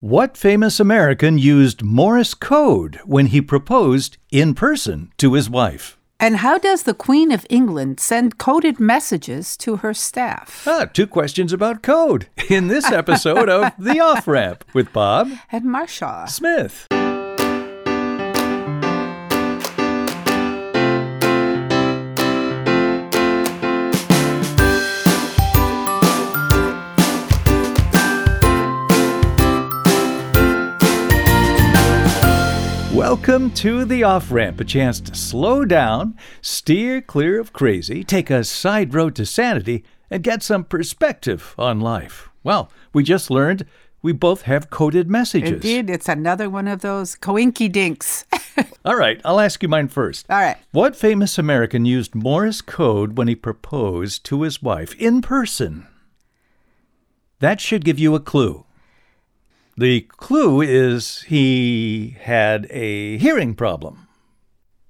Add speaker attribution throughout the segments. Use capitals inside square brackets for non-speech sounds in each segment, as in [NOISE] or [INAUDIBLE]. Speaker 1: What famous American used Morse code when he proposed in person to his wife?
Speaker 2: And how does the Queen of England send coded messages to her staff?
Speaker 1: Ah, two questions about code in this episode of The Off Ramp with Bob
Speaker 2: And Marsha.
Speaker 1: Smith. Welcome to the off ramp, a chance to slow down, steer clear of crazy, take a side road to sanity, and get some perspective on life. Well, we just learned we both have coded messages.
Speaker 2: Indeed, it's another one of those coinky dinks. [LAUGHS]
Speaker 1: All right, I'll ask you mine first.
Speaker 2: All right.
Speaker 1: What famous American used Morse code when he proposed to his wife in person? That should give you a clue. The clue is he had a hearing problem.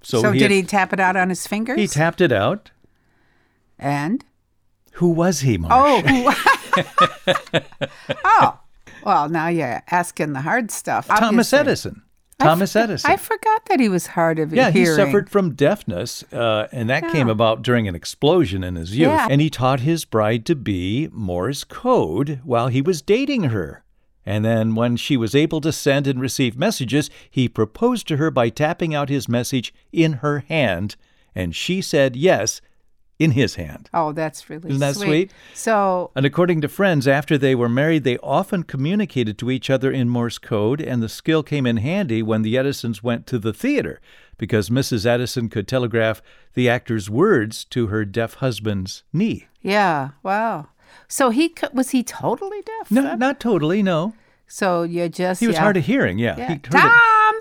Speaker 2: So, did he tap it out on his fingers?
Speaker 1: He tapped it out.
Speaker 2: and
Speaker 1: Who was he, Marsh?
Speaker 2: oh,
Speaker 1: [LAUGHS]
Speaker 2: who- [LAUGHS] oh, well, now you're asking the hard stuff.
Speaker 1: Thomas
Speaker 2: obviously.
Speaker 1: Edison.
Speaker 2: I for-
Speaker 1: Thomas Edison.
Speaker 2: I forgot that he was hard of
Speaker 1: yeah,
Speaker 2: hearing.
Speaker 1: he suffered from deafness, uh, and that came
Speaker 2: Yeah.
Speaker 1: about during an explosion in his youth.
Speaker 2: Yeah.
Speaker 1: And he taught his bride to be Morse code while he was dating her. And then, when she was able to send and receive messages, he proposed to her by tapping out his message in her hand, and she said yes in his hand.
Speaker 2: Oh, that's really
Speaker 1: Isn't that sweet?
Speaker 2: So,
Speaker 1: And according to friends, after they were married, they often communicated to each other in Morse code, and the skill came in handy when the Edisons went to the theater because Mrs. Edison could telegraph the actor's words to her deaf husband's knee.
Speaker 2: yeah, wow. So he co- was he totally deaf?
Speaker 1: No,
Speaker 2: then?
Speaker 1: not totally, no.
Speaker 2: So you just
Speaker 1: He was
Speaker 2: yeah.
Speaker 1: hard of hearing, yeah.
Speaker 2: [LAUGHS] Yeah.
Speaker 1: He heard it.
Speaker 2: Tom,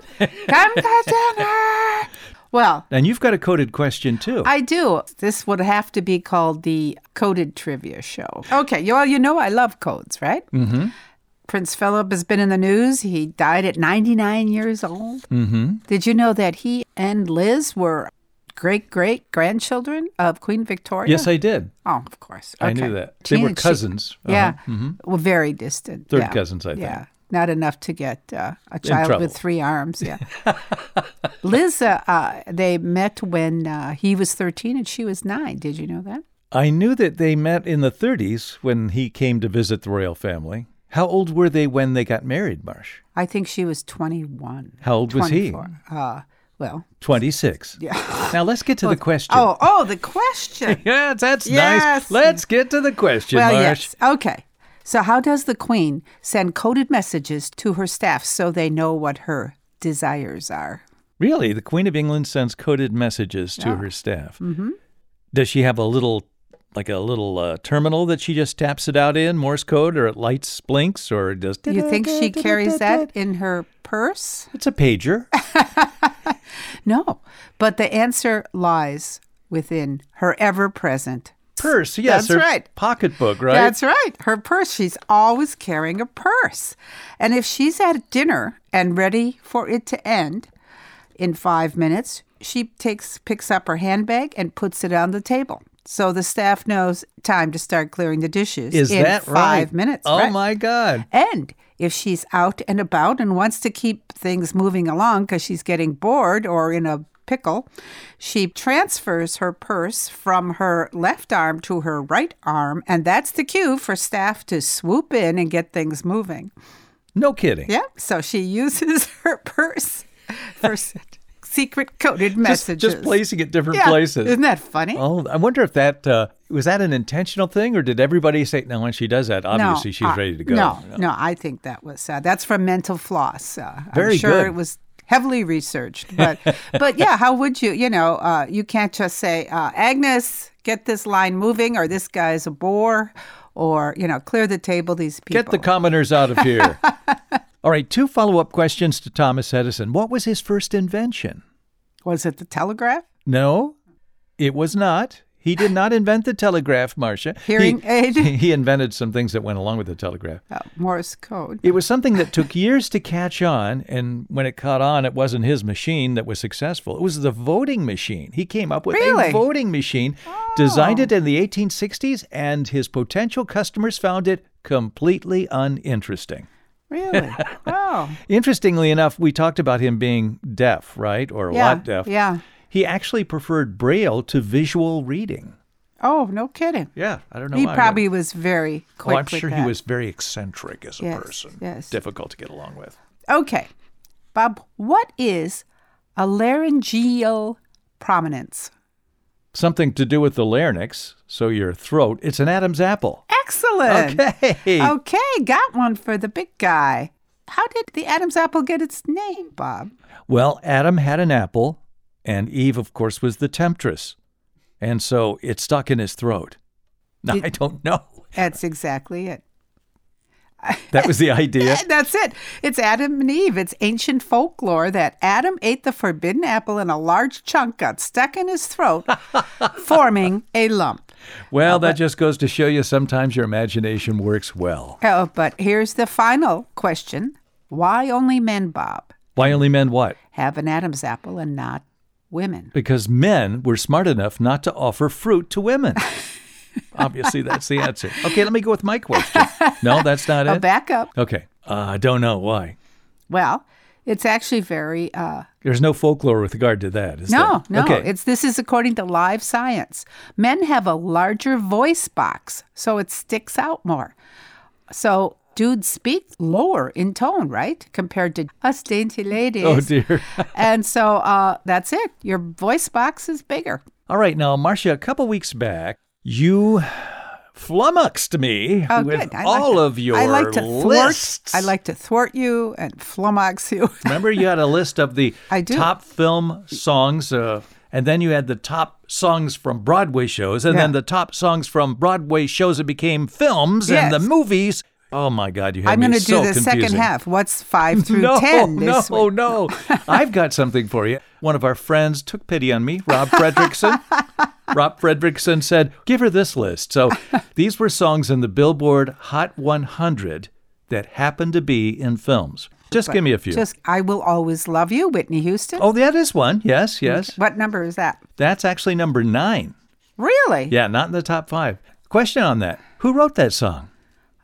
Speaker 2: come to
Speaker 1: [LAUGHS]
Speaker 2: dinner. Well,
Speaker 1: And you've got a coded question, too.
Speaker 2: I do. This would have to be called the coded trivia show. Okay, you all you know I love codes, right? Mm-hmm. Prince Philip has been in the news. He died at 99 years old.
Speaker 1: mm-hmm.
Speaker 2: Did you know that he and Liz were great great grandchildren of Queen Victoria?
Speaker 1: Yes, I did.
Speaker 2: Oh, of course.
Speaker 1: I knew
Speaker 2: Okay.
Speaker 1: that. They were
Speaker 2: Teenage-
Speaker 1: cousins. Uh-huh.
Speaker 2: Yeah. Well, very distant.
Speaker 1: Third
Speaker 2: yeah.
Speaker 1: cousins, I think.
Speaker 2: Yeah. Not enough to get uh, a child
Speaker 1: trouble.
Speaker 2: with three
Speaker 1: [LAUGHS]
Speaker 2: arms. Yeah. Liz, uh, uh, they met when uh, he was 13 and she was nine. Did you know that?
Speaker 1: I knew that they met in the 30s when he came to visit the royal family. How old were they when they got married, Marsh?
Speaker 2: I think she was 21.
Speaker 1: How old was he?
Speaker 2: 24. Uh, well, [LAUGHS]
Speaker 1: 26.
Speaker 2: yeah.
Speaker 1: Now let's get to the question. [LAUGHS]
Speaker 2: Oh, oh, the question.
Speaker 1: yes, that's nice.
Speaker 2: Yes.
Speaker 1: Let's get to the question,
Speaker 2: well,
Speaker 1: Marsh.
Speaker 2: yes. Okay. So, how does the queen send coded messages to her staff so they know what her desires are?
Speaker 1: Really, the Queen of England sends coded messages to her staff. Mm-hmm. Does she have a little, like a little uh, terminal that she just taps it out in Morse code, or it lights, blinks, or does?
Speaker 2: Do you
Speaker 1: [LAUGHS]
Speaker 2: think she carries that in her purse?
Speaker 1: It's a
Speaker 2: [LAUGHS]
Speaker 1: pager.
Speaker 2: No, but the answer lies within her ever present.
Speaker 1: Purse, yes,
Speaker 2: That's
Speaker 1: or
Speaker 2: right.
Speaker 1: pocketbook, right?
Speaker 2: That's right. Her purse. She's always carrying a purse. And if she's at dinner and ready for it to end in five minutes, she takes picks up her handbag and puts it on the table. So the staff knows time to start clearing the dishes
Speaker 1: Is
Speaker 2: in
Speaker 1: that
Speaker 2: five
Speaker 1: right?
Speaker 2: minutes.
Speaker 1: Oh
Speaker 2: right?
Speaker 1: my God!
Speaker 2: And if she's out and about and wants to keep things moving along because she's getting bored or in a pickle, she transfers her purse from her left arm to her right arm. And that's the cue for staff to swoop in and get things moving.
Speaker 1: No kidding.
Speaker 2: Yeah. So she [LAUGHS] uses her purse for s- secret coded
Speaker 1: Just,
Speaker 2: messages.
Speaker 1: just placing it different
Speaker 2: yeah.
Speaker 1: places.
Speaker 2: Isn't that funny?
Speaker 1: Oh, I wonder if that uh, was that an intentional thing, or did everybody say, "No, when she does that, obviously she's
Speaker 2: uh,
Speaker 1: ready to go"?
Speaker 2: No, no, I think that was uh, that's from Mental Floss. Uh,
Speaker 1: Very
Speaker 2: I'm sure
Speaker 1: good.
Speaker 2: it was heavily researched, but
Speaker 1: [LAUGHS]
Speaker 2: but yeah, how would you? You know, uh, you can't just say uh, Agnes, get this line moving, or this guy's a bore, or you know, clear the table. These people.
Speaker 1: Get the commoners out of here.
Speaker 2: [LAUGHS]
Speaker 1: All right, two follow-up questions to Thomas Edison. What was his first invention?
Speaker 2: was it the telegraph?
Speaker 1: No, it was not. He did not invent the telegraph, Marcia. He-
Speaker 2: [LAUGHS] Hearing
Speaker 1: [LAUGHS]
Speaker 2: aid?
Speaker 1: He invented some things that went along with the telegraph.
Speaker 2: Uh,
Speaker 1: [LAUGHS]
Speaker 2: Morse code.
Speaker 1: It was something that took years to catch on, and when it caught on, it wasn't his machine that was successful. It was the voting machine. He came up with a
Speaker 2: Really? Oh.
Speaker 1: voting machine, designed it in the 1860s, and his potential customers found it completely uninteresting.
Speaker 2: Really? Wow.
Speaker 1: Interestingly enough, we talked about him being deaf, right? Or
Speaker 2: yeah.
Speaker 1: lot deaf.
Speaker 2: Yeah.
Speaker 1: He actually preferred Braille to visual reading.
Speaker 2: Oh, no kidding.
Speaker 1: Yeah, I don't know
Speaker 2: He
Speaker 1: why.
Speaker 2: probably was very
Speaker 1: Oh,
Speaker 2: quick.
Speaker 1: I'm
Speaker 2: with
Speaker 1: sure he
Speaker 2: that.
Speaker 1: was very eccentric as a
Speaker 2: Yes,
Speaker 1: person.
Speaker 2: yes.
Speaker 1: Difficult to get along with.
Speaker 2: Okay. Bob, what is a laryngeal prominence?
Speaker 1: Something to do with the larynx, so your throat. It's an Adam's apple.
Speaker 2: Excellent.
Speaker 1: Okay.
Speaker 2: Oh. Okay, got one for the big guy. How did the Adam's apple get its name, Bob?
Speaker 1: Well, Adam had an apple, and Eve, of course, was the temptress. And so it stuck in his throat. Now,
Speaker 2: Did-
Speaker 1: I don't know.
Speaker 2: That's exactly it.
Speaker 1: That was the idea.
Speaker 2: [LAUGHS] That's it. It's Adam and Eve. It's ancient folklore that Adam ate the forbidden apple and a large chunk got stuck in his throat, forming a lump.
Speaker 1: Well, that just goes to show you sometimes your imagination works well.
Speaker 2: Oh, but here's the final question Why only men, Bob,
Speaker 1: Why only men what?
Speaker 2: have an Adam's apple and not women?
Speaker 1: Because men were smart enough not to offer fruit to women. Obviously, that's the answer. Okay, let me go with my question. No, that's not
Speaker 2: Oh,
Speaker 1: it.
Speaker 2: back up.
Speaker 1: Okay, uh, I don't know why.
Speaker 2: Well, it's actually very uh,
Speaker 1: There's no folklore with regard to that, is
Speaker 2: no,
Speaker 1: there?
Speaker 2: no.
Speaker 1: Okay.
Speaker 2: It's this is according to live science. Men have a larger voice box, so it sticks out more. So dudes speak lower in tone, right, compared to us dainty ladies.
Speaker 1: oh dear.
Speaker 2: [LAUGHS] and so uh, that's it. Your voice box is bigger.
Speaker 1: All right, now, Marcia, a couple weeks back, you flummoxed me
Speaker 2: Oh,
Speaker 1: with
Speaker 2: good. I like
Speaker 1: all
Speaker 2: to-
Speaker 1: of your
Speaker 2: I like to thwart,
Speaker 1: lists.
Speaker 2: I like to thwart you and flummox you. [LAUGHS]
Speaker 1: Remember, you had a list of the
Speaker 2: I do.
Speaker 1: top film songs, uh, and then you had the top songs from Broadway shows, and then
Speaker 2: Yeah.
Speaker 1: the top songs from Broadway shows that became films and the
Speaker 2: Yes.
Speaker 1: movies. Oh my God, you had
Speaker 2: I'm
Speaker 1: me
Speaker 2: going to do
Speaker 1: so
Speaker 2: the second
Speaker 1: confusing.
Speaker 2: half. What's five through
Speaker 1: [LAUGHS] no,
Speaker 2: ten
Speaker 1: no,
Speaker 2: this week?
Speaker 1: no.
Speaker 2: [LAUGHS]
Speaker 1: I've got something for you. One of our friends took pity on me, Rob
Speaker 2: [LAUGHS]
Speaker 1: Fredrickson. Rob Fredrickson said, Give her this list. So these were songs in the Billboard Hot 100 that happened to be in films. Just give me a few.
Speaker 2: Just I will always love you, Whitney Houston.
Speaker 1: oh, that is one. Yes, yes.
Speaker 2: What number is that?
Speaker 1: That's actually number nine.
Speaker 2: Really?
Speaker 1: Yeah, not in the top five. Question on that Who wrote that song?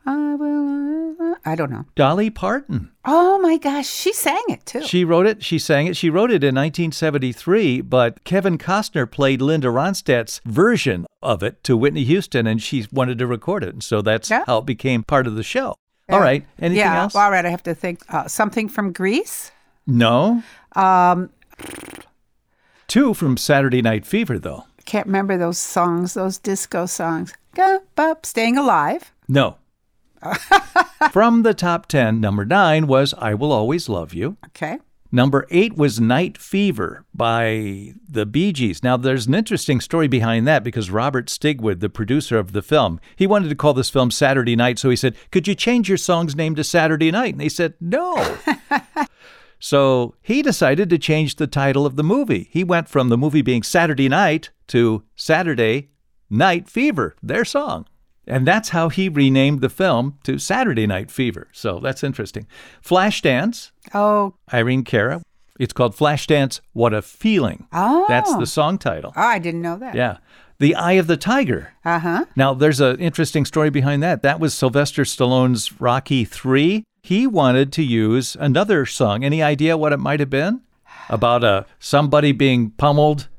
Speaker 2: I will. uh, I don't know.
Speaker 1: Dolly Parton.
Speaker 2: Oh my gosh, she sang it too.
Speaker 1: She wrote it. She sang it. She wrote it in 1973, but Kevin Costner played Linda Ronstadt's version of it to Whitney Houston, and she wanted to record it. And so that's
Speaker 2: Yeah.
Speaker 1: how it became part of the show. All right. Anything
Speaker 2: yeah.
Speaker 1: else?
Speaker 2: well, all right. I have to think. Uh, something from Greece.
Speaker 1: no.
Speaker 2: Um,
Speaker 1: Two from Saturday Night Fever, though.
Speaker 2: can't remember those songs. Those disco songs. Gup, bup, Staying alive. [LAUGHS]
Speaker 1: No. from the top 10, number nine was I Will Always Love You.
Speaker 2: Okay.
Speaker 1: Number eight was Night Fever by the Bee Gees. Now, there's an interesting story behind that because Robert Stigwood, the producer of the film, he wanted to call this film Saturday Night. So he said, Could you change your song's name to Saturday Night? And they said, No. so he decided to change the title of the movie. He went from the movie being Saturday Night to Saturday Night Fever, their song. And that's how he renamed the film to Saturday Night Fever. So that's interesting. Flashdance.
Speaker 2: Oh.
Speaker 1: Irene Cara. It's called Flashdance What a Feeling.
Speaker 2: Oh.
Speaker 1: That's the song title.
Speaker 2: Oh, I didn't know that.
Speaker 1: Yeah. The Eye of the Tiger.
Speaker 2: Uh huh.
Speaker 1: Now, there's an interesting story behind that. That was Sylvester Stallone's Rocky 3. He wanted to use another song. Any idea what it might have been? About a somebody being pummeled.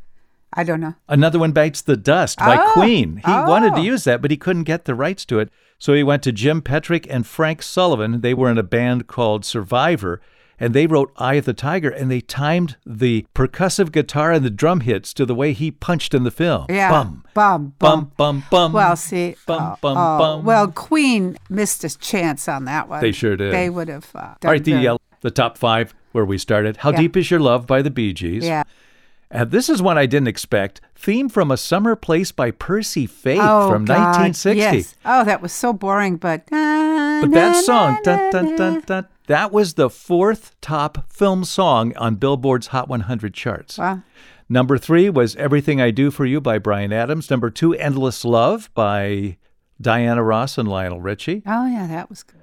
Speaker 2: I don't know.
Speaker 1: Another one bites the dust by
Speaker 2: Oh.
Speaker 1: Queen. He wanted to
Speaker 2: Oh.
Speaker 1: use that, but he couldn't get the rights to it. So he went to Jim Petrick and Frank Sullivan. They were in a band called Survivor, and they wrote Eye of the Tiger, and they timed the percussive guitar and the drum hits to the way he punched in the film.
Speaker 2: Yeah.
Speaker 1: Bum.
Speaker 2: Bum.
Speaker 1: Bum,
Speaker 2: Bum.
Speaker 1: bum, bum.
Speaker 2: Well, see.
Speaker 1: Bum,
Speaker 2: oh,
Speaker 1: bum,
Speaker 2: oh,
Speaker 1: bum.
Speaker 2: Well, Queen missed a chance on that one.
Speaker 1: They sure did.
Speaker 2: They would have. Uh, done
Speaker 1: All right,
Speaker 2: very-
Speaker 1: the, uh, the top five where we started. How
Speaker 2: Yeah.
Speaker 1: Deep Is Your Love by the Bee Gees.
Speaker 2: Yeah.
Speaker 1: And this is one I didn't expect. Theme from A Summer Place by Percy Faith
Speaker 2: Oh,
Speaker 1: from
Speaker 2: God,
Speaker 1: 1960.
Speaker 2: Yes. Oh, that was so boring, but.
Speaker 1: But that song, dun, dun, dun, dun, that was the fourth top film song on Billboard's Hot 100 charts.
Speaker 2: Wow.
Speaker 1: Number three was Everything I Do for You by Brian Adams. Number two, Endless Love by Diana Ross and Lionel Richie.
Speaker 2: Oh, yeah, that was good.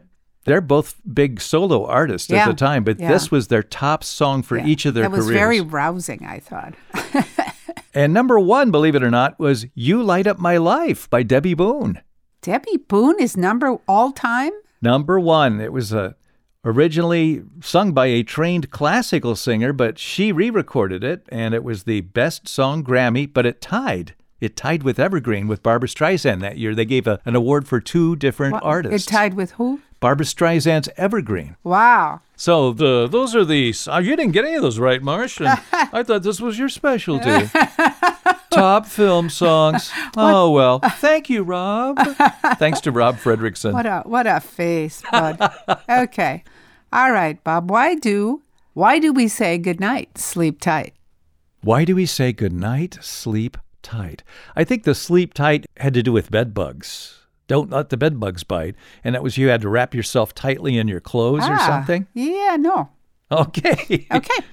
Speaker 1: They're both big solo artists
Speaker 2: Yeah.
Speaker 1: at the time, but
Speaker 2: Yeah.
Speaker 1: this was their top song for
Speaker 2: Yeah.
Speaker 1: each of their
Speaker 2: That was
Speaker 1: careers.
Speaker 2: very rousing, I thought. [LAUGHS]
Speaker 1: And number one, believe it or not, was You Light Up My Life by Debbie Boone.
Speaker 2: Debbie Boone is number all time.
Speaker 1: Number one, it was a originally sung by a trained classical singer, but she re recorded it, and it was the Best Song Grammy, but it tied. It tied with Evergreen with Barbara Streisand that year. They gave a, an award for two different
Speaker 2: What-
Speaker 1: artists.
Speaker 2: It tied with who?
Speaker 1: Barbara Streisand's Evergreen.
Speaker 2: Wow.
Speaker 1: So the, those are the. Uh, you didn't get any of those right, Marsh.
Speaker 2: [LAUGHS]
Speaker 1: And I thought this was your specialty. Top film songs. Oh, well. Thank you, Rob. Thanks to Rob Fredrickson.
Speaker 2: What a what a face,
Speaker 1: [LAUGHS]
Speaker 2: bud. okay. All right, Bob. Why do why do we say goodnight? Sleep tight.
Speaker 1: Why do we say goodnight, sleep tight? I think the sleep tight had to do with bed bugs. Don't let the bed bugs bite. And that was you had to wrap yourself tightly in your clothes or
Speaker 2: Ah,
Speaker 1: something. [LAUGHS]
Speaker 2: Yeah, no. [LAUGHS]
Speaker 1: Okay.
Speaker 2: Okay.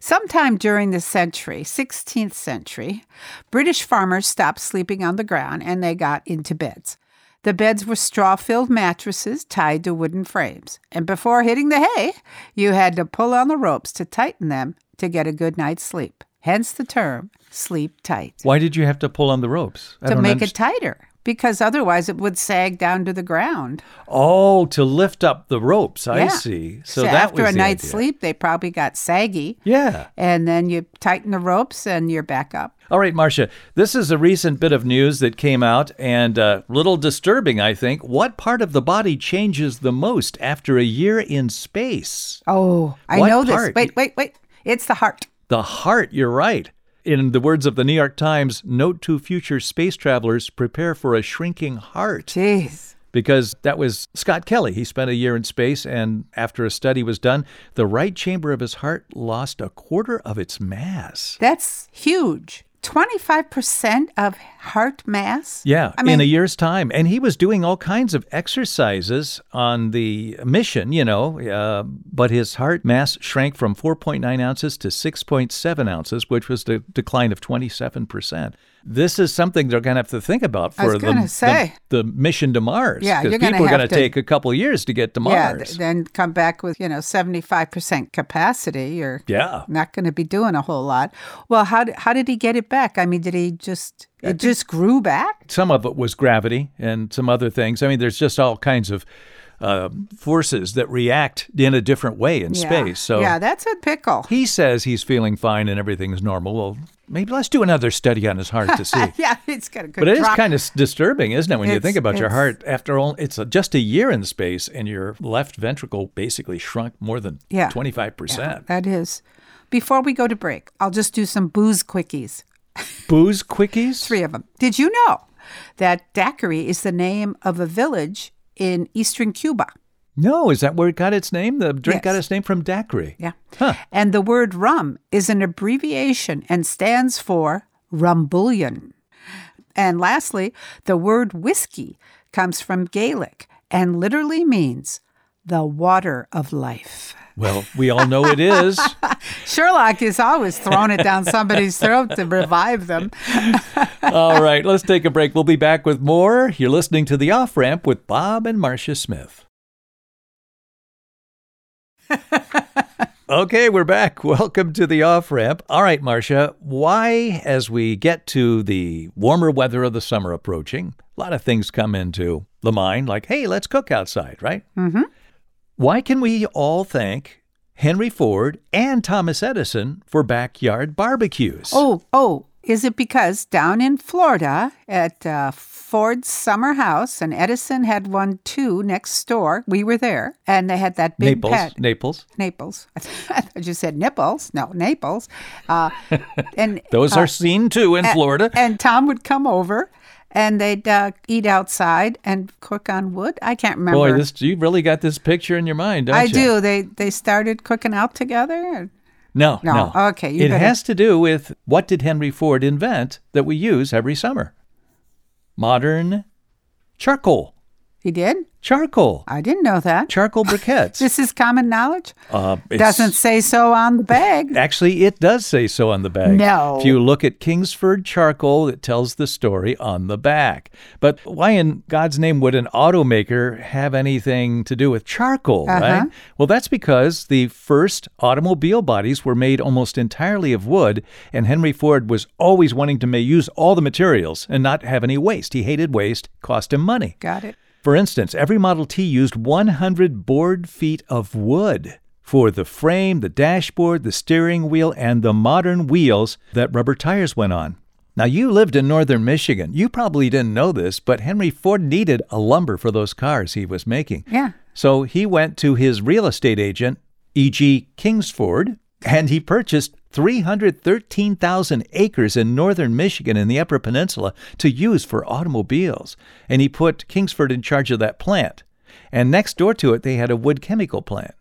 Speaker 2: Sometime during the century, 16th century, British farmers stopped sleeping on the ground and they got into beds. The beds were straw filled mattresses tied to wooden frames. And before hitting the hay, you had to pull on the ropes to tighten them to get a good night's sleep. Hence the term sleep tight.
Speaker 1: Why did you have to pull on the ropes? I
Speaker 2: to
Speaker 1: don't
Speaker 2: make
Speaker 1: underst-
Speaker 2: it tighter because otherwise it would sag down to the ground.
Speaker 1: Oh, to lift up the ropes. I
Speaker 2: Yeah.
Speaker 1: see. So,
Speaker 2: so
Speaker 1: that
Speaker 2: after
Speaker 1: was
Speaker 2: a
Speaker 1: the
Speaker 2: night's
Speaker 1: idea.
Speaker 2: sleep, they probably got saggy.
Speaker 1: Yeah.
Speaker 2: And then you tighten the ropes and you're back up.
Speaker 1: All right, Marcia, this is a recent bit of news that came out and a little disturbing, I think. What part of the body changes the most after a year in space?
Speaker 2: Oh, I
Speaker 1: What
Speaker 2: know this.
Speaker 1: part?
Speaker 2: Wait, wait, wait. It's the heart.
Speaker 1: The heart, you're right. In the words of the New York Times, note to future space travelers prepare for a shrinking heart.
Speaker 2: Jeez.
Speaker 1: Because that was Scott Kelly. He spent a year in space, and after a study was done, the right chamber of his heart lost a quarter of its mass.
Speaker 2: That's huge. 25% of heart mass?
Speaker 1: Yeah,
Speaker 2: I mean,
Speaker 1: in a year's time. And he was doing all kinds of exercises on the mission, you know, uh, but his heart mass shrank from 4.9 ounces to 6.7 ounces, which was the decline of 27%. This is something they're going to have to think about
Speaker 2: I was
Speaker 1: for the,
Speaker 2: gonna
Speaker 1: the-
Speaker 2: say.
Speaker 1: the mission to Mars.
Speaker 2: Yeah,
Speaker 1: 'cause
Speaker 2: you're gonna
Speaker 1: people are
Speaker 2: have
Speaker 1: going
Speaker 2: to-
Speaker 1: to take a couple of years to get to
Speaker 2: yeah,
Speaker 1: Mars.
Speaker 2: th- then come back with, you know, 75% capacity. You're
Speaker 1: yeah.
Speaker 2: not going to be doing a whole lot. Well, how did, how did he get it back? I mean, did he just it just grew back?
Speaker 1: some of it was gravity and some other things. I mean, there's just all kinds of uh, forces that react in a different way in
Speaker 2: Yeah.
Speaker 1: space. So
Speaker 2: yeah, that's a pickle.
Speaker 1: he says he's feeling fine and everything's normal. Well, maybe let's do another study on his heart to
Speaker 2: [LAUGHS]
Speaker 1: see.
Speaker 2: yeah, it's got a good.
Speaker 1: But it is
Speaker 2: drop.
Speaker 1: kind of ondisturbing, isn't it, when you
Speaker 2: It's-
Speaker 1: think about your
Speaker 2: it's-
Speaker 1: heart? After all, it's a, just a year in space, and your left ventricle basically shrunk more than
Speaker 2: Yeah.
Speaker 1: twenty-five percent.
Speaker 2: that is. Before we go to break, I'll just do some booze quickies.
Speaker 1: Booze quickies.
Speaker 2: Three of them. Did you know that daiquiri is the name of a village in eastern Cuba?
Speaker 1: No, is that where it got its name? The drink got
Speaker 2: Yes.
Speaker 1: its name from daiquiri.
Speaker 2: Yeah.
Speaker 1: Huh.
Speaker 2: And the word rum is an abbreviation and stands for rumbullion. And lastly, the word whiskey comes from Gaelic and literally means the water of life.
Speaker 1: Well, we all know it is.
Speaker 2: [LAUGHS] Sherlock is always throwing it down somebody's throat to revive them.
Speaker 1: All right, let's take a break. We'll be back with more. You're listening to The Off Ramp with Bob and Marcia
Speaker 2: [LAUGHS]
Speaker 1: Smith. okay, we're back. Welcome to The Off Ramp. All right, Marcia, why, as we get to the warmer weather of the summer approaching, a lot of things come into the mind like, hey, let's cook outside, right?
Speaker 2: Mm-hmm.
Speaker 1: Why can we all thank Henry Ford and Thomas Edison for backyard barbecues?
Speaker 2: Oh, oh, is it because down in Florida at uh, Ford's summer house, and Edison had one too next door? We were there, and they had that big
Speaker 1: Naples,
Speaker 2: pet.
Speaker 1: Naples.
Speaker 2: Naples. [LAUGHS] I thought you said nipples. No, Naples.
Speaker 1: [LAUGHS]
Speaker 2: Uh, and
Speaker 1: Those are seen too
Speaker 2: eh,
Speaker 1: in Florida.
Speaker 2: and Tom would come over, and they'd uh, eat outside and cook on wood. I can't remember.
Speaker 1: Boy, this you really got this picture in your mind, don't
Speaker 2: I
Speaker 1: you?
Speaker 2: do. They they started cooking out together.
Speaker 1: No,
Speaker 2: No,
Speaker 1: no.
Speaker 2: okay, you
Speaker 1: it
Speaker 2: better-
Speaker 1: has to do with what did Henry Ford invent that we use every summer? Modern charcoal.
Speaker 2: He did.
Speaker 1: Charcoal.
Speaker 2: I didn't know that.
Speaker 1: Charcoal briquettes.
Speaker 2: Uh, This is common knowledge.
Speaker 1: uh, it's-
Speaker 2: Doesn't say so on
Speaker 1: [LAUGHS]
Speaker 2: the bag.
Speaker 1: Actually, it does say so on the bag.
Speaker 2: No.
Speaker 1: If you look at Kingsford charcoal, it tells the story on the back. But why in God's name would an automaker have anything to do with charcoal,
Speaker 2: Uh-huh.
Speaker 1: right? Well, that's because the first automobile bodies were made almost entirely of wood, and Henry Ford was always wanting to ma- use all the materials and not have any waste. He hated waste, cost him money.
Speaker 2: Got it.
Speaker 1: For instance, every Model T used 100 board feet of wood for the frame, the dashboard, the steering wheel, and the modern wheels that rubber tires went on. Now, you lived in northern Michigan. You probably didn't know this, but Henry Ford needed a lumber for those cars he was making.
Speaker 2: Yeah.
Speaker 1: So he went to his real estate agent, E.G. Kingsford, and he purchased 313,000 acres in northern Michigan in the Upper Peninsula to use for automobiles. And he put Kingsford in charge of that plant. And next door to it, they had a wood chemical plant.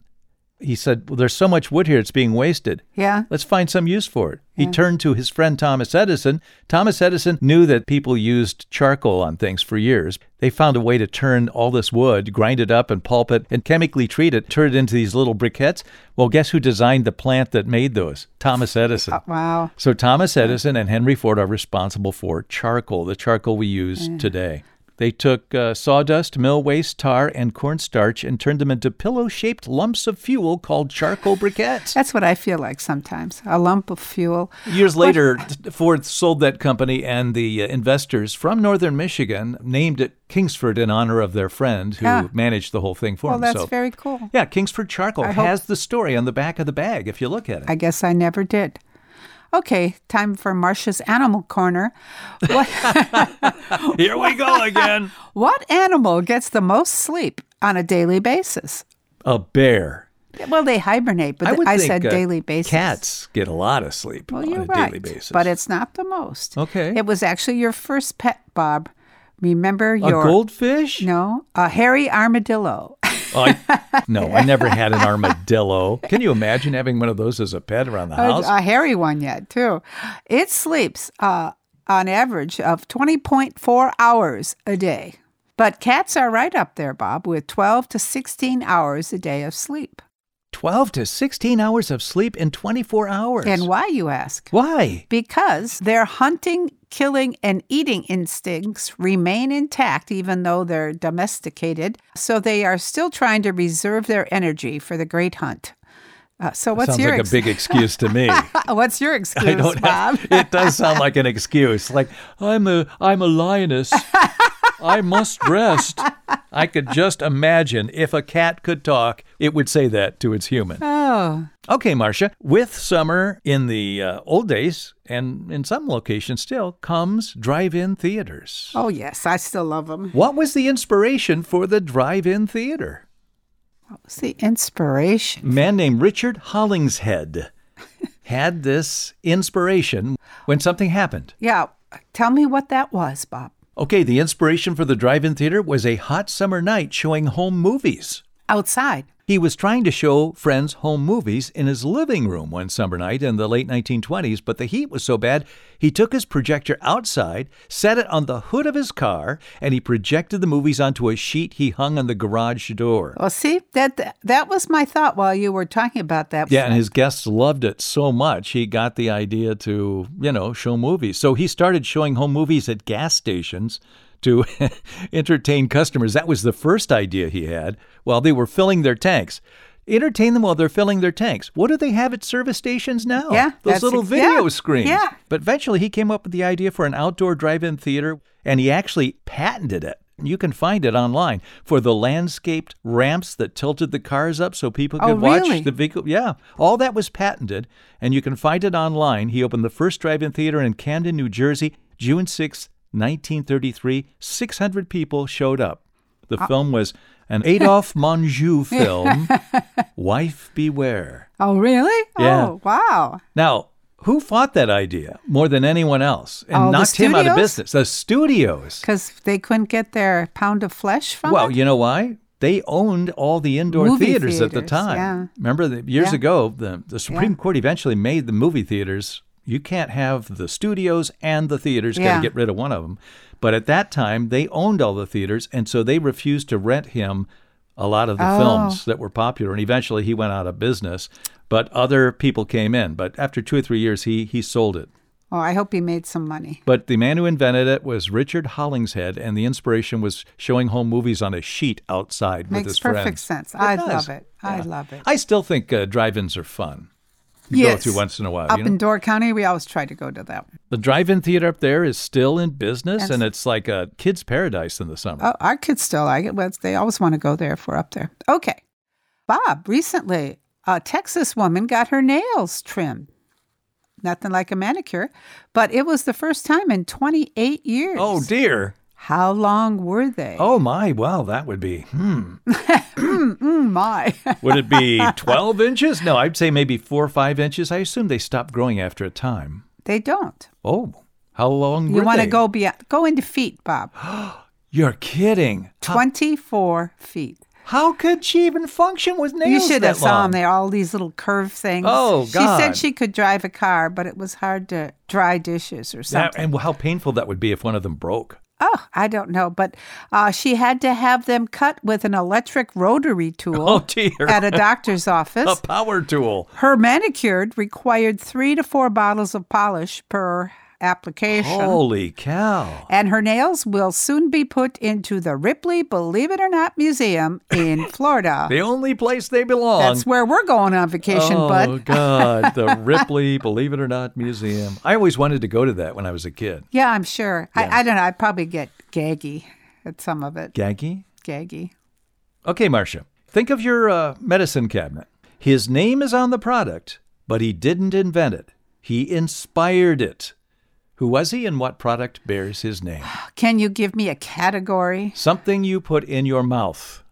Speaker 1: He said, Well, there's so much wood here, it's being wasted.
Speaker 2: Yeah.
Speaker 1: Let's find some use for it. He turned to his friend Thomas Edison. Thomas Edison knew that people used charcoal on things for years. They found a way to turn all this wood, grind it up and pulp it, and chemically treat it, turn it into these little briquettes. Well, guess who designed the plant that made those? Thomas
Speaker 2: Uh,
Speaker 1: Edison.
Speaker 2: Oh, Wow.
Speaker 1: So Thomas Edison and Henry Ford are responsible for charcoal, the charcoal we use today. They took uh, sawdust, mill waste, tar, and cornstarch and turned them into pillow shaped lumps of fuel called charcoal briquettes.
Speaker 2: That's what I feel like sometimes a lump of fuel.
Speaker 1: Years later, Ford sold that company, and the uh, investors from northern Michigan named it Kingsford in honor of their friend who
Speaker 2: Yeah.
Speaker 1: managed the whole thing for
Speaker 2: Ah. Well,
Speaker 1: them.
Speaker 2: that's
Speaker 1: so,
Speaker 2: very cool.
Speaker 1: yeah, Kingsford Charcoal
Speaker 2: hope-
Speaker 1: has the story on the back of the bag if you look at it.
Speaker 2: I guess I never did. Okay, time for Marcia's Animal Corner. What,
Speaker 1: Here we
Speaker 2: [LAUGHS]
Speaker 1: go again.
Speaker 2: what animal gets the most sleep on a daily basis?
Speaker 1: A bear.
Speaker 2: Well, they hibernate, but I, said
Speaker 1: uh,
Speaker 2: daily basis.
Speaker 1: Cats get a lot of sleep
Speaker 2: Well,
Speaker 1: on
Speaker 2: you're
Speaker 1: a
Speaker 2: right,
Speaker 1: daily basis.
Speaker 2: but it's not the most.
Speaker 1: Okay.
Speaker 2: It was actually your first pet, Bob. Remember
Speaker 1: a
Speaker 2: your
Speaker 1: goldfish?
Speaker 2: no a hairy armadillo.
Speaker 1: Oh,
Speaker 2: [LAUGHS]
Speaker 1: I, no, I never had an armadillo. Can you imagine having one of those as a pet around the
Speaker 2: a,
Speaker 1: house?
Speaker 2: a hairy one yet too. It sleeps uh, on average of 20.4 hours a day. But cats are right up there, Bob, with 12 to 16 hours a day of sleep.
Speaker 1: 12 to 16 hours of sleep in 24 hours.
Speaker 2: And why, you ask?
Speaker 1: Why?
Speaker 2: Because their hunting, killing, and eating instincts remain intact even though they're domesticated. So they are still trying to reserve their energy for the great hunt. Uh, so what's
Speaker 1: Sounds
Speaker 2: your
Speaker 1: like
Speaker 2: ex-
Speaker 1: a big excuse to me.
Speaker 2: [LAUGHS] what's your
Speaker 1: [LAUGHS]
Speaker 2: excuse,
Speaker 1: I don't [LAUGHS]
Speaker 2: Bob?
Speaker 1: have, it does sound like an excuse. Like I'm a I'm a lioness. I must rest. I could just imagine if a cat could talk, it would say that to its human.
Speaker 2: Oh,
Speaker 1: Okay, Marcia, with summer in the uh, old days and in some locations still comes drive-in theaters.
Speaker 2: oh yes, I still love them.
Speaker 1: What was the inspiration for the drive-in theater?
Speaker 2: What's the inspiration?
Speaker 1: A man named Richard Hollingshead had this inspiration when something happened.
Speaker 2: Yeah, tell me what that was, Bob.
Speaker 1: Okay, the inspiration for the drive in theater was a hot summer night showing home movies.
Speaker 2: Outside.
Speaker 1: He was trying to show friends home movies in his living room one summer night in the late 1920s, but the heat was so bad, he took his projector outside, set it on the hood of his car, and he projected the movies onto a sheet he hung on the garage door.
Speaker 2: Well, see that that was my thought while you were talking about that.
Speaker 1: Yeah, and his guests loved it so much, he got the idea to, you know, show movies. So he started showing home movies at gas stations to [LAUGHS] entertain customers. That was the first idea he had while they were filling their tanks. Entertain them while they're filling their tanks. What do they have at service stations now?
Speaker 2: Yeah,
Speaker 1: Those
Speaker 2: that's
Speaker 1: little
Speaker 2: ex-
Speaker 1: video
Speaker 2: yeah,
Speaker 1: screens.
Speaker 2: yeah.
Speaker 1: But eventually he came up with the idea for an outdoor drive in theater, and he actually patented it. You can find it online for the landscaped ramps that tilted the cars up so people could
Speaker 2: Oh, really?
Speaker 1: watch the vehicle. Yeah, all that was patented, and you can find it online. He opened the first drive in theater in Camden, New Jersey, June 6, 1933. 600 people showed up.
Speaker 2: Uh
Speaker 1: The film was an Adolphe Monjou
Speaker 2: [LAUGHS]
Speaker 1: film, Wife Beware.
Speaker 2: Oh, really?
Speaker 1: Yeah.
Speaker 2: Oh, wow.
Speaker 1: Now, who fought that idea more than anyone else and
Speaker 2: Oh, the
Speaker 1: knocked him out of
Speaker 2: studios?
Speaker 1: business? The studios.
Speaker 2: Because they couldn't get their pound of flesh from
Speaker 1: Well,
Speaker 2: it.
Speaker 1: you know why? They owned all the indoor
Speaker 2: Movie
Speaker 1: theaters, at the
Speaker 2: theaters,
Speaker 1: time.
Speaker 2: yeah.
Speaker 1: Remember, the, years
Speaker 2: Yeah.
Speaker 1: ago, the, the Supreme Court eventually made the movie theaters. You can't have the studios and the theaters. Got
Speaker 2: Yeah.
Speaker 1: to get rid of one of them. But at that time, they owned all the theaters, and so they refused to rent him a lot of the
Speaker 2: Oh.
Speaker 1: films that were popular. And eventually, he went out of business. But other people came in. But after two or three years, he he sold it.
Speaker 2: Oh, I hope he made some money.
Speaker 1: But the man who invented it was Richard Hollingshead, and the inspiration was showing home movies on a sheet outside with
Speaker 2: Makes
Speaker 1: his
Speaker 2: perfect
Speaker 1: friends.
Speaker 2: sense.
Speaker 1: It
Speaker 2: I
Speaker 1: does.
Speaker 2: love it. I
Speaker 1: Yeah.
Speaker 2: love it.
Speaker 1: I still think uh, drive-ins are fun. you
Speaker 2: Yes.
Speaker 1: go to once in a while.
Speaker 2: Up
Speaker 1: you know?
Speaker 2: in Door County, we always try to go to that. one.
Speaker 1: the drive-in theater up there is still in business,
Speaker 2: That's-
Speaker 1: and it's like a kid's paradise in the summer.
Speaker 2: Oh, our kids still like it. But they always want to go there if we're up there. Okay. Bob, recently, a Texas woman got her nails trimmed. Nothing like a manicure, but it was the first time in 28 years.
Speaker 1: Oh, dear.
Speaker 2: How long were they?
Speaker 1: Oh my! Wow, that would be. Hmm.
Speaker 2: Mm, my. [LAUGHS]
Speaker 1: Would it be twelve inches? No, I'd say maybe four or five inches. I assume they stop growing after a time.
Speaker 2: they don't.
Speaker 1: Oh, how long?
Speaker 2: You
Speaker 1: were
Speaker 2: want to
Speaker 1: they?
Speaker 2: go beyond, go into
Speaker 1: [GASPS]
Speaker 2: feet, Bob.
Speaker 1: You're kidding. How-
Speaker 2: 24 feet.
Speaker 1: How could she even function with nails?
Speaker 2: You should
Speaker 1: that
Speaker 2: have saw them.
Speaker 1: long?
Speaker 2: They're all these little curved things.
Speaker 1: Oh,
Speaker 2: She said
Speaker 1: God.
Speaker 2: she could drive a car, but it was hard to dry dishes or
Speaker 1: That,
Speaker 2: something.
Speaker 1: and how painful that would be if one of them broke.
Speaker 2: oh, I don't know. But uh, she had to have them cut with an electric rotary
Speaker 1: [LAUGHS]
Speaker 2: tool
Speaker 1: Oh dear.
Speaker 2: at a doctor's
Speaker 1: a
Speaker 2: office.
Speaker 1: power tool.
Speaker 2: Her manicured required three to four bottles of polish per application.
Speaker 1: Holy cow.
Speaker 2: And her nails will soon be put into the Ripley Believe It or Not Museum
Speaker 1: [LAUGHS]
Speaker 2: in Florida.
Speaker 1: The only place they belong.
Speaker 2: That's where we're going on vacation,
Speaker 1: oh
Speaker 2: bud.
Speaker 1: God,
Speaker 2: [LAUGHS]
Speaker 1: the Ripley Believe It or Not Museum. I always wanted to go to that when I was a kid.
Speaker 2: Yeah, I'm sure. I, I don't know. I probably get gaggy at some of it.
Speaker 1: Gaggy?
Speaker 2: Gaggy.
Speaker 1: Okay, Marcia. Think of your uh, medicine cabinet. His name is on the product, but he didn't invent it. He inspired it. Who was he and what product bears his name?
Speaker 2: Can you give me a category?
Speaker 1: Something you put in your
Speaker 2: [LAUGHS]
Speaker 1: mouth.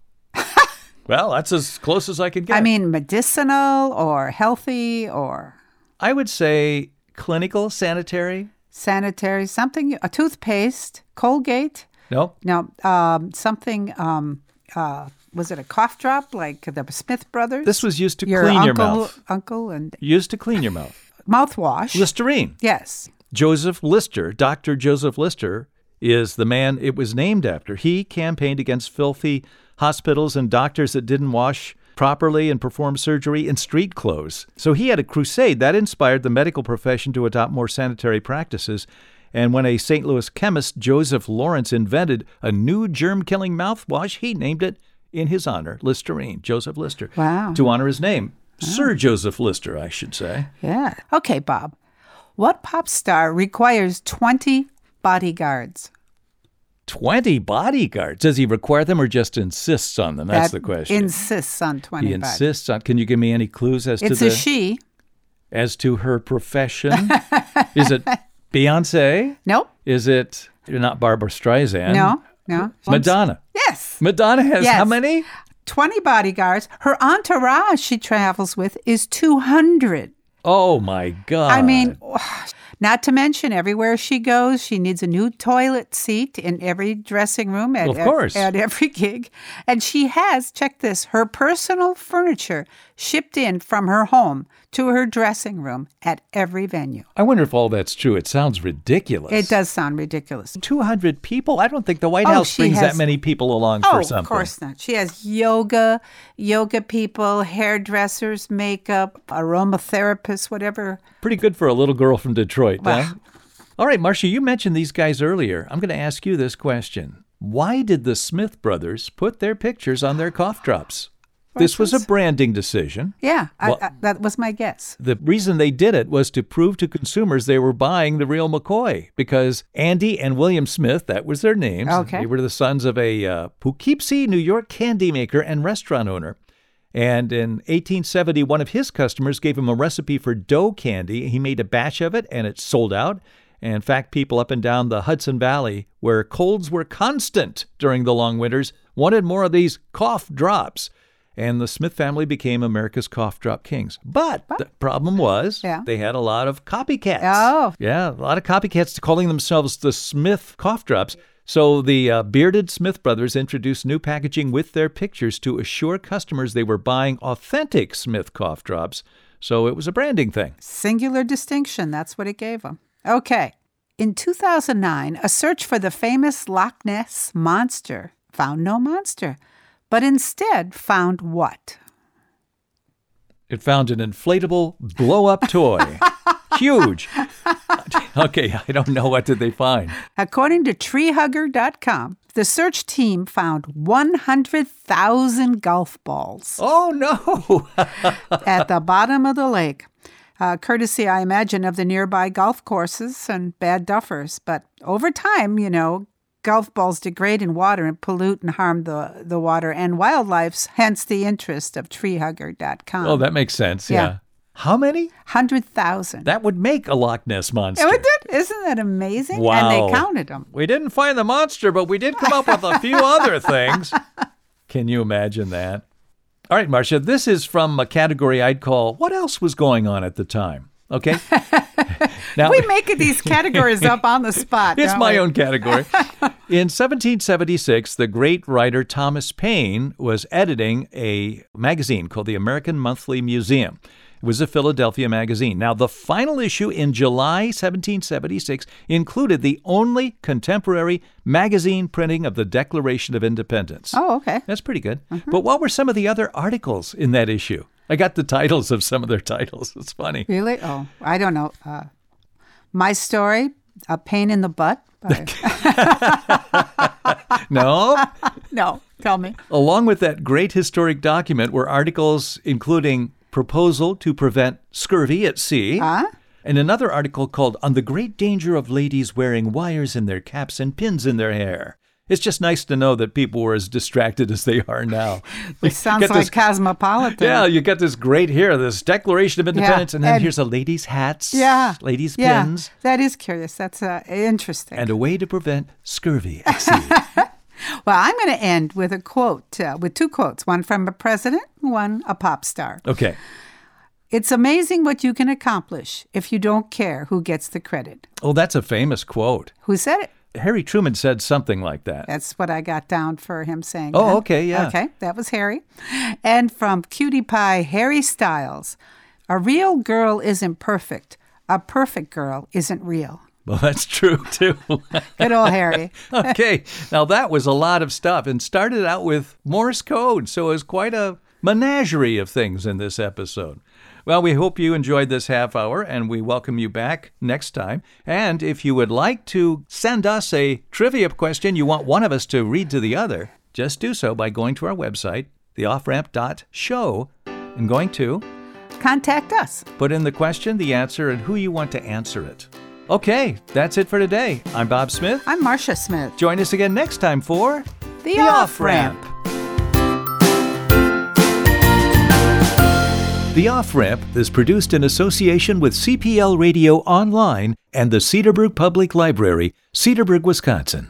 Speaker 1: well, that's as close as I can get.
Speaker 2: I mean, medicinal or healthy or
Speaker 1: I would say clinical, sanitary.
Speaker 2: sanitary, something, a toothpaste, Colgate.
Speaker 1: No,
Speaker 2: No, um, something, um, uh, was it a cough drop like the Smith Brothers?
Speaker 1: this was used to
Speaker 2: your
Speaker 1: clean
Speaker 2: uncle,
Speaker 1: your mouth.
Speaker 2: uncle and
Speaker 1: Used to clean your
Speaker 2: [LAUGHS]
Speaker 1: mouth.
Speaker 2: mouthwash.
Speaker 1: Listerine.
Speaker 2: yes.
Speaker 1: Joseph Lister, Dr. Joseph Lister, is the man it was named after. He campaigned against filthy hospitals and doctors that didn't wash properly and perform surgery in street clothes. So he had a crusade that inspired the medical profession to adopt more sanitary practices. And when a St. Louis chemist, Joseph Lawrence, invented a new germ killing mouthwash, he named it in his honor Listerine, Joseph Lister.
Speaker 2: Wow.
Speaker 1: To honor his name, Sir Joseph Lister, I should say.
Speaker 2: Yeah. Okay, Bob. What pop star requires 20 bodyguards?
Speaker 1: 20 bodyguards. Does he require them or just insists on them? That's
Speaker 2: that
Speaker 1: the question.
Speaker 2: Insists on twenty.
Speaker 1: he
Speaker 2: bucks.
Speaker 1: insists on. Can you give me any clues as
Speaker 2: It's
Speaker 1: to
Speaker 2: a
Speaker 1: the
Speaker 2: she.
Speaker 1: as to her
Speaker 2: [LAUGHS]
Speaker 1: profession? Is it Beyonce?
Speaker 2: Nope.
Speaker 1: Is it you're not Barbara Streisand?
Speaker 2: no. No.
Speaker 1: Madonna.
Speaker 2: Yes.
Speaker 1: Madonna has how
Speaker 2: Yes.
Speaker 1: many?
Speaker 2: Twenty bodyguards. Her entourage she travels with is two hundred.
Speaker 1: Oh my God.
Speaker 2: I mean, [SIGHS] not to mention everywhere she goes, she needs a new toilet seat in every dressing room at,
Speaker 1: Of course.
Speaker 2: at every [LAUGHS] gig. And she has, check this, her personal furniture shipped in from her home to her dressing room at every venue.
Speaker 1: I wonder if all that's true. It sounds ridiculous.
Speaker 2: It does sound ridiculous.
Speaker 1: 200 people? I don't think the White
Speaker 2: Oh,
Speaker 1: House
Speaker 2: she
Speaker 1: brings
Speaker 2: has-
Speaker 1: that many people along
Speaker 2: Oh,
Speaker 1: for something.
Speaker 2: of course not. She has yoga, yoga people, hairdressers, makeup, aromatherapists, whatever.
Speaker 1: Pretty good for a little girl from Detroit,
Speaker 2: Wow.
Speaker 1: huh? All right, Marcia, you mentioned these guys earlier. I'm going to ask you this question. Why did the Smith brothers put their pictures on their cough drops? This was a branding decision.
Speaker 2: Yeah, I,
Speaker 1: Well-
Speaker 2: I, that was my guess.
Speaker 1: The reason they did it was to prove to consumers they were buying the real McCoy because Andy and William Smith, that was their names,
Speaker 2: Okay.
Speaker 1: they were the sons of a uh, Poughkeepsie, New York candy maker and restaurant owner. And in 1870, one of his customers gave him a recipe for dough candy. He made a batch of it and it sold out. And in fact, people up and down the Hudson Valley, where colds were constant during the long winters, wanted more of these cough drops and the Smith family became America's cough drop kings. But the problem was
Speaker 2: Yeah.
Speaker 1: they had a lot of copycats.
Speaker 2: Oh.
Speaker 1: Yeah, a lot of copycats calling themselves the Smith cough drops. So the uh, bearded Smith brothers introduced new packaging with their pictures to assure customers they were buying authentic Smith cough drops. So it was a branding thing.
Speaker 2: Singular distinction, that's what it gave them. Okay. In 2009, a search for the famous Loch Ness monster found no monster, but instead found what?
Speaker 1: It found an inflatable blow up toy. Huge. Okay, I don't know what did they find.
Speaker 2: According to treehugger.com, the search team found 100,000 golf balls.
Speaker 1: Oh no.
Speaker 2: at the bottom of the lake. uh, courtesy, I imagine, of the nearby golf courses and bad duffers. But over time, you know, golf balls degrade in water and pollute and harm the, the water and wildlife, hence the interest of treehugger.com.
Speaker 1: Oh, that makes sense. Yeah.
Speaker 2: Yeah.
Speaker 1: How many?
Speaker 2: 100,000.
Speaker 1: That would make a Loch Ness monster.
Speaker 2: Oh, it did. Isn't that amazing?
Speaker 1: Wow.
Speaker 2: And they counted them.
Speaker 1: We didn't find the monster, but we did come up with
Speaker 2: [LAUGHS]
Speaker 1: a few other things. Can you imagine that? All right, Marcia, this is from a category I'd call what else was going on at the time?
Speaker 2: [LAUGHS]
Speaker 1: Okay. now,
Speaker 2: We make these categories up on the
Speaker 1: [LAUGHS]
Speaker 2: spot.
Speaker 1: it's
Speaker 2: don't
Speaker 1: my
Speaker 2: we?
Speaker 1: own category. In 1776, the great writer Thomas Paine was editing a magazine called the American Monthly Museum. It was a Philadelphia magazine. Now, the final issue in July 1776 included the only contemporary magazine printing of the Declaration of Independence.
Speaker 2: Oh, okay.
Speaker 1: That's pretty good. But what were some of the other articles in that issue? I got the titles of some of their titles. It's
Speaker 2: [LAUGHS]
Speaker 1: funny.
Speaker 2: Really? Oh, I don't know. Uh, my story, a pain in the butt. by-
Speaker 1: [LAUGHS] No?
Speaker 2: no, tell me.
Speaker 1: Along with that great historic document were articles including Proposal to Prevent Scurvy at Sea, and another article called On the Great Danger of Ladies Wearing Wires in Their Caps and Pins in Their Hair. It's just nice to know that people were as distracted as they are
Speaker 2: [LAUGHS]
Speaker 1: now. [LAUGHS]
Speaker 2: It sounds
Speaker 1: Get
Speaker 2: like
Speaker 1: this-
Speaker 2: cosmopolitan.
Speaker 1: Yeah, you got this great here, this Declaration of Independence, and then
Speaker 2: and-
Speaker 1: here's a ladies' hats,
Speaker 2: Yeah.
Speaker 1: ladies'
Speaker 2: yeah.
Speaker 1: pins,
Speaker 2: That is curious. That's uh, interesting.
Speaker 1: and a way to prevent scurvy at sea.
Speaker 2: [LAUGHS] well, I'm going to end with a quote, uh, with two quotes one from a president, one a pop star.
Speaker 1: okay.
Speaker 2: It's amazing what you can accomplish if you don't care who gets the credit.
Speaker 1: Well, that's a famous quote.
Speaker 2: Who said it?
Speaker 1: Harry Truman said something like that.
Speaker 2: That's what I got down for him saying.
Speaker 1: Oh,
Speaker 2: that.
Speaker 1: okay, yeah.
Speaker 2: Okay, that was Harry. And from Cutie Pie, Harry Styles A real girl isn't perfect. A perfect girl isn't real.
Speaker 1: [LAUGHS] Well, that's true too. [LAUGHS]
Speaker 2: Good old Harry.
Speaker 1: okay, now that was a lot of stuff and started out with Morse code. So it was quite a menagerie of things in this episode. Well, we hope you enjoyed this half hour and we welcome you back next time. And if you would like to send us a trivia question you want one of us to read to the other, just do so by going to our website, theofframp.show, and going to
Speaker 2: Contact us.
Speaker 1: Put in the question, the answer, and who you want to answer it. Okay, that's it for today. I'm Bob Smith.
Speaker 2: I'm Marcia Smith.
Speaker 1: Join us again next time for
Speaker 2: The, Off Ramp.
Speaker 1: The Off Ramp is produced in association with CPL Radio Online and the Cedarbrook Public Library, Cedarburg, Wisconsin.